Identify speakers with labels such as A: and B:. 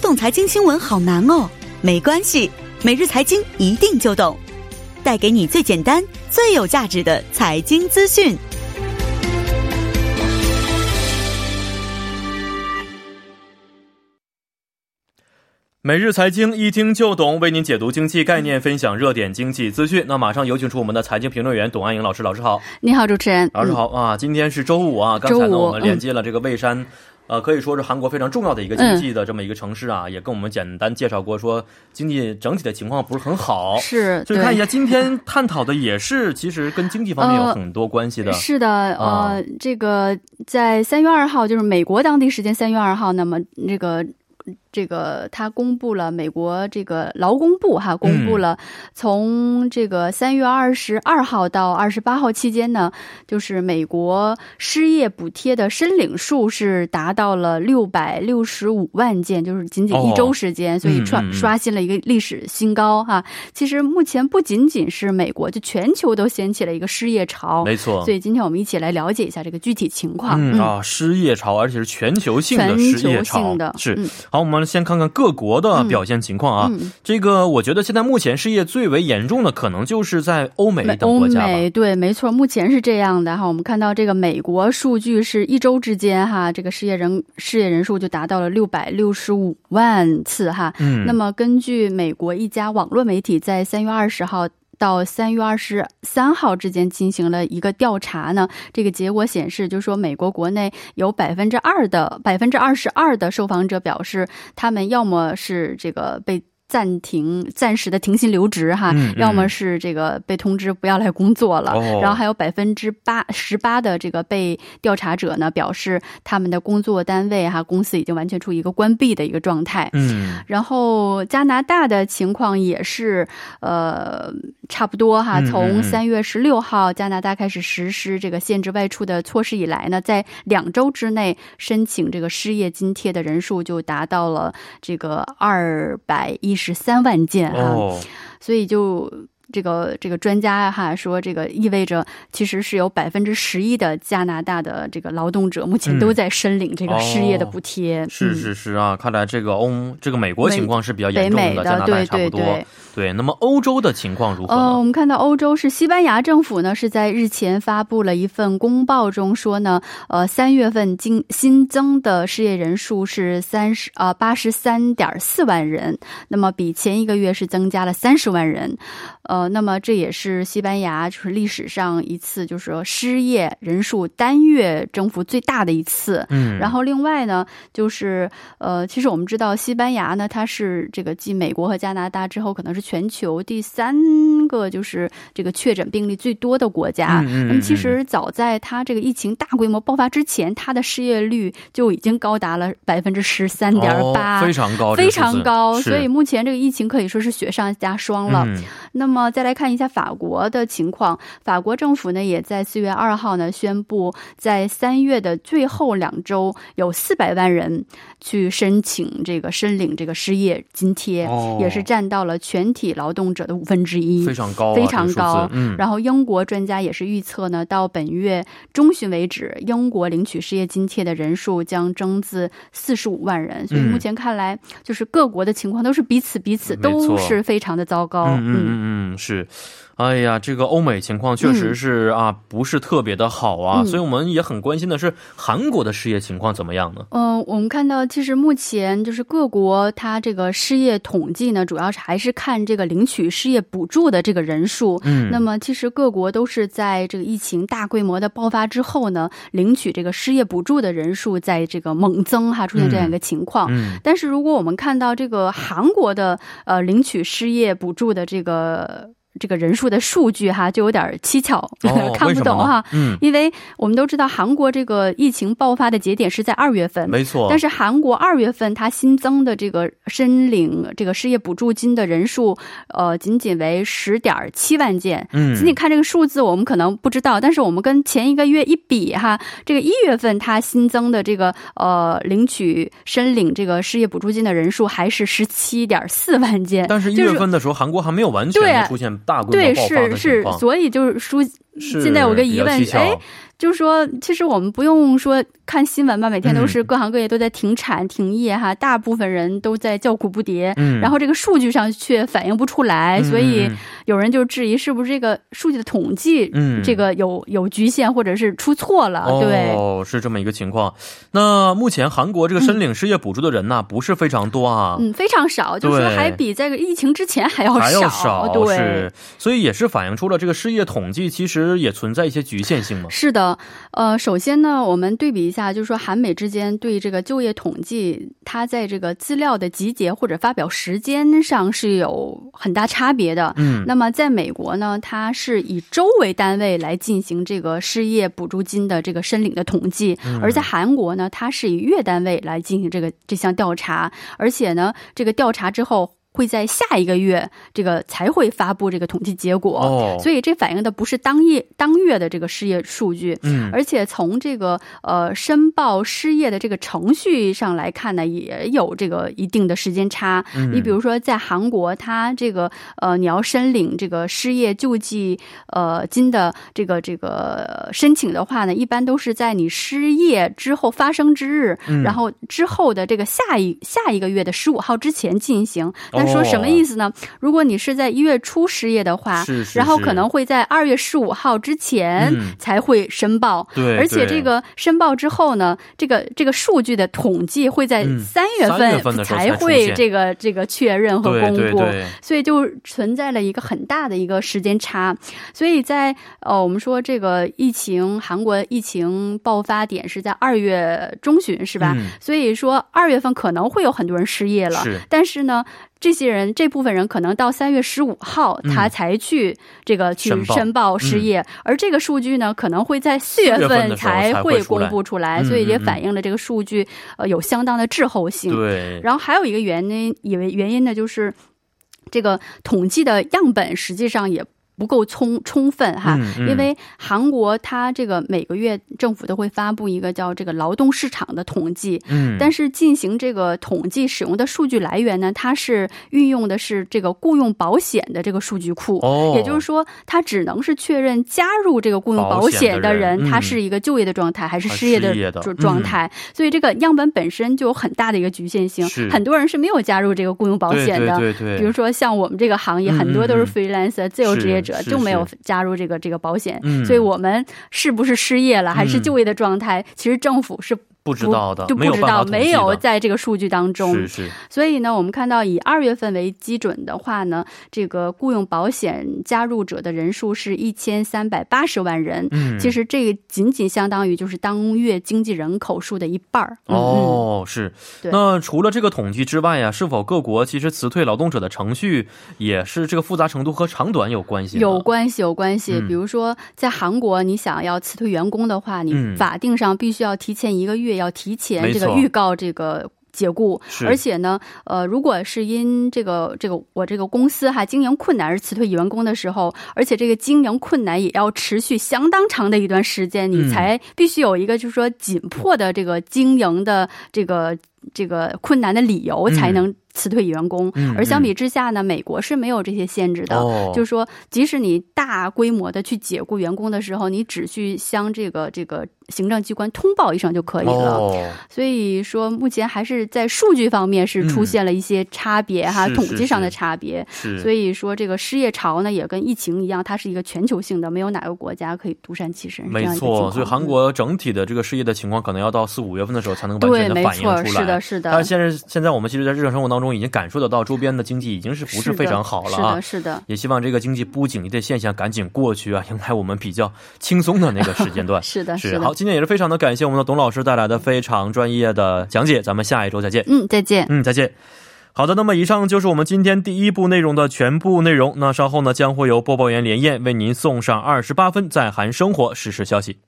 A: 懂财经新闻好难哦，没关系，每日财经一定就懂，带给你最简单、最有价值的财经资讯。
B: 每日财经一听就懂，为您解读经济概念，分享热点经济资讯。那马上有请出我们的财经评论员董安莹老师，老师好，
C: 你好，主持人。
B: 老师好、啊！今天是周五啊，刚才
C: 嗯周
B: 呢
C: 五
B: 我们连接了这个蔚山、呃，可以说是韩国非常重要的一个经济的这么一个城市
C: 嗯
B: 啊，也跟我们简单介绍过，说经济整体的情况不是很好。
C: 嗯是，
B: 所以看一
C: 对，
B: 下今天探讨的也是，其实跟经济方面有很多关系的。
C: 是的，
B: 啊
C: 呃，这个在三月二号，就是美国当地时间三月二号，那么这个。这个他公布了美国这个劳工部哈，公布
B: 嗯
C: 了从这个三月二十二号到二十八号期间呢，就是美国失业补贴的申领数是达到了六百六十五万件，就是仅仅一
B: 哦
C: 周时间，所以
B: 嗯
C: 刷
B: 嗯嗯
C: 刷新了一个历史新高哈。其实目前不仅仅是美国，就全球都掀起了一个失业潮。
B: 没错
C: 所。以今天我们一起来了解一下这个具体情况。
B: 嗯啊，失业潮，而且是全球性的
C: 全
B: 失业
C: 球
B: 潮
C: 性的，
B: 是、
C: 嗯
B: 好，我们先看看各国的表现情况啊。
C: 嗯
B: 这个我觉得现在目前失业最为严重的，可能就是在欧美
C: 美
B: 等
C: 欧
B: 国家吧。
C: 美对，没错，目前是这样的哈。我们看到这个美国数据是一周之间哈，这个失业人失业人数就达到了六百六十五万次哈。
B: 嗯，
C: 那么根据美国一家网络媒体在三月二十号。到三月二十三号之间进行了一个调查呢，这个结果显示，就是说美国国内有百分之二的百分之二十二的受访者表示，他们要么是这个被暂停暂时的停薪留职哈，
B: 嗯嗯
C: 要么是这个被通知不要来工作了，
B: 哦
C: 然后还有百分之八十八的这个被调查者呢表示，他们的工作单位哈公司已经完全处于一个关闭的一个状态。
B: 嗯，
C: 然后加拿大的情况也是，呃，差不多哈。
B: 嗯嗯
C: 从
B: 嗯
C: 三月十六号加拿大开始实施这个限制外出的措施以来呢，在两周之内申请这个失业津贴的人数就达到了这个二百一十三万件哈、
B: 哦，
C: 所以就。这个这个专家哈说，这个意味着其实是有百分之十一的加拿大的这个劳动者目前
B: 嗯哦
C: 都在申领这个失业的补贴，
B: 是
C: 嗯
B: 是是啊，看来这个欧这个美国
C: 美
B: 情况是比较
C: 北
B: 严重
C: 美
B: 加拿大
C: 对
B: 也差不
C: 对
B: 多
C: 对。
B: 对那么欧洲的情况如何
C: 呃，我
B: 呢？
C: 们看到欧洲是西班牙政府呢是在日前发布了一份公报中说呢，呃，三月份经新增的失业人数是三十呃八十三点四万人，那么比前一个月是增加了三十万人，呃，那么这也是西班牙就是历史上一次就是说失业人数单月增幅最大的一次。
B: 嗯，
C: 然后另外呢，就是呃，其实我们知道西班牙呢，它是这个继美国和加拿大之后，可能是全球第三个就是这个确诊病例最多的国家。
B: 嗯嗯
C: 那么其
B: 嗯
C: 实早在它这个疫情大规模爆发之前，它的失业率就已经高达了百分之十三点八
B: 哦，非。常高，
C: 非常高，
B: 这个
C: 所
B: 数字
C: 以
B: 是
C: 目前这个疫情可以说是雪上加霜了。
B: 嗯
C: 那么再来看一下法国的情况，法国政府呢也在四月二号呢宣布，在三月的最后两周，有四百万人去申请这个申领这个失业津贴，
B: 哦
C: 也是占到了全体劳动者的五分之一
B: 非。常高啊，
C: 非常
B: 这个数字
C: 高
B: 嗯，
C: 然后，英国专家也是预测呢，到本月中旬为止，英国领取失业津贴的人数将增至四十五万人。所以
B: 嗯
C: 目前看来，就是各国的情况都是彼此彼此
B: 没错
C: 都是非常的糟糕。
B: 嗯嗯嗯嗯，是。哎呀，这个欧美情况确实是啊，不是特别的好啊、
C: 嗯
B: 所以我们也很关心的是韩国的失业情况怎么样呢？
C: 嗯，我们看到，其实目前就是各国它这个失业统计呢，主要是还是看这个领取失业补助的这个人数。
B: 嗯
C: 那么，其实各国都是在这个疫情大规模的爆发之后呢，领取这个失业补助的人数在这个猛增哈，出现这样一个情况。
B: 嗯，
C: 但是，如果我们看到这个韩国的呃领取失业补助的这个这个人数的数据哈，就有点蹊跷，，
B: 哦
C: 看
B: 为
C: 不
B: 什么
C: 懂
B: 呢
C: 哈。
B: 嗯，
C: 因为我们都知道，韩国这个疫情爆发的节点是在二月份，
B: 没错。
C: 嗯但是韩国二月份它新增的这个申领这个失业补助金的人数，呃，仅仅为十点七万件。
B: 嗯，
C: 仅仅看这个数字，我们可能不知道，但是我们跟前一个月一比哈，这个一月份它新增的这个呃领取申领这个失业补助金的人数还是十七点四万件，
B: 但是一
C: 就
B: 月份的时候，韩国还没有完全
C: 对
B: 的出现大规
C: 对
B: 模爆发
C: 是
B: 的情
C: 是，
B: 况。
C: 所以就是说
B: 是
C: 现在有个疑
B: 比较
C: 问
B: 蹊跷
C: 哎就是说，其实我们不用说看新闻吧，每天都
B: 嗯
C: 是各行各业都在停产停业哈，大部分人都在叫苦不迭，
B: 嗯
C: 然后这个数据上却反映不出来，
B: 嗯
C: 所以有人就质疑是不是这个数据的统计，
B: 嗯
C: 这个有有局限或者是出错了，对。
B: 哦，是这么一个情况。那目前韩国这个申领失业补助的人呐、不是非常多啊。
C: 嗯，非常少，就是说
B: 对
C: 还比在疫情之前还要
B: 还要
C: 对，
B: 是，所以也是反映出了这个失业统计其实也存在一些局限性嘛。
C: 是的，呃，首先呢，我们对比一下，就是说韩美之间对这个就业统计，它在这个资料的集结或者发表时间上是有很大差别的。
B: 嗯，
C: 那么在美国呢，它是以周为单位来进行这个失业补助金的这个申领的统计，而在韩国呢，它是以月单位来进行这个这项调查，而且呢，这个调查之后。会在下一个月，这个才会发布这个统计结果。
B: 哦，
C: 所
B: 以
C: 以这反映的不是当夜当月的这个失业数据。
B: 嗯，
C: 而且从这个呃申报失业的这个程序上来看呢，也有这个一定的时间差。
B: 嗯
C: 你比如说，在韩国，它这个呃，你要申领这个失业救济呃金的这个这个呃申请的话呢，一般都是在你失业之后发生之日，
B: 嗯
C: 然后之后的这个下一下一个月的十五号之前进行。但说
B: 哦
C: 什么意思呢？如果你是在一月初失业的话，
B: 是是
C: 啊然后
B: 是
C: 可能会在二月十五号之前
B: 嗯
C: 才会申报。
B: 对，
C: 而且这
B: 对
C: 个申报之后呢，这个这个数据的统计会在
B: 嗯
C: 三
B: 三月份的时候才
C: 才
B: 出
C: 会
B: 现
C: 这个这个确认和公
B: 对
C: 布，
B: 对对，
C: 所以就存在了一个很大的一个时间差。所以在呃，我们说这个疫情，韩国疫情爆发点是在二月中旬，是吧？
B: 嗯
C: 所以说二月份可能会有很多人失业了，
B: 是
C: 但是呢，这些人这部分人可能到三月十五号
B: 嗯
C: 他才去这个去
B: 申报嗯
C: 申报失业，而这个数据呢可能会在四月
B: 四月份
C: 份
B: 的时候才
C: 会
B: 会出来
C: 公布出来，
B: 嗯
C: 所以也
B: 嗯嗯
C: 反映了这个数据呃有相当的滞后性。
B: 对，
C: 然后还有一个原因，以为原因呢就是这个统计的样本实际上也。不够充充分哈、
B: 嗯嗯
C: 因为韩国它这个每个月政府都会发布一个叫这个劳动市场的统计，
B: 嗯，
C: 但
B: 是
C: 是进行这个统计使用的数据来源呢，它是运用的是这个雇佣保险的这个数据库。
B: 哦，
C: 也就是说，它只能是确认加入这个雇佣保险
B: 保
C: 的人，
B: 险的人嗯
C: 他是一个就业的状态还是失业
B: 还是失业的嗯
C: 状状态、所以这个样本本身就有很大的一个局限性
B: 是，
C: 很多人是没有加入这个雇佣保险的。
B: 对对对对，
C: 比如说，像我们这个行业，
B: 嗯
C: 很多都是
B: 嗯
C: freelancer、自由职业者
B: 是，是
C: 就没有加入这个这个保险、
B: 嗯
C: 所以我们是不是失业了，还是
B: 嗯
C: 就业的状态，其实政府是
B: 不知道的，
C: 就
B: 没有
C: 不知
B: 办
C: 道
B: 法统
C: 没
B: 计
C: 有
B: 的
C: 在这个数据当中
B: 是。是，
C: 所以呢，我们看到以二月份为基准的话呢，这个雇佣保险加入者的人数是一千三百八十万人。
B: 嗯，
C: 其实这个仅仅相当于就是当月经济人口数的一半儿。嗯、嗯，
B: 哦，是。
C: 对
B: 那除了这个统计之外呀、是否各国其实辞退劳动者的程序也是这个复杂程度和长短有关系呢？
C: 有关系，有关系。
B: 嗯
C: 比如说，在韩国，你想要辞退员工的话，
B: 嗯
C: 你法定上必须要提前一个月，要提
B: 没
C: 前这个
B: 错
C: 预告这个解雇。
B: 是，
C: 而且呢，呃，如果是因这个这个我这个公司哈经营困难而辞退员工的时候，而且这个经营困难也要持续相当长的一段时间，
B: 嗯
C: 你才必须有一个就是说紧迫的这个经营的这个这个困难的理由
B: 嗯
C: 才能辞退员工。
B: 嗯
C: 而相比之下呢，美国是没有这些限制的。
B: 哦，
C: 就是是说，即使你大规模的去解雇员工的时候，你只需向这个这个行政机关通报一声就可以了。
B: 哦，
C: 所以说，目前还是在数据方面是出现了一些差别哈，
B: 嗯是
C: 统计上的差别。
B: 是。
C: 所
B: 以
C: 以说，这个失业潮呢，也跟疫情一样，它是一个全球性的，没有哪个国家可以独善其身。
B: 没
C: 这样一个情
B: 错，
C: 况嗯
B: 所以韩国整体的这个失业的情况，可能要到四五月份的时候才能完
C: 对，
B: 全的
C: 没
B: 反映出来。
C: 错，是的，是的，
B: 但是现在现在我们其实，在日常生活当中已经感受得到，周边的经济已经是不是
C: 的
B: 非常好了
C: 是
B: 啊
C: 的，？是的，
B: 也希望这个经济不景气的现象赶紧过去啊，迎来我们比较轻松的那个时间段。
C: 是的，
B: 是
C: 的。
B: 好，今天也是非常的感谢我们的董老师带来的非常专业的讲解，咱们下一周再见。
C: 嗯，再见。
B: 嗯，再见。好的，那么以上就是我们今天第一部内容的全部内容。那稍后呢，将会由播报员连燕为您送上二十八分在韩生活实时消息。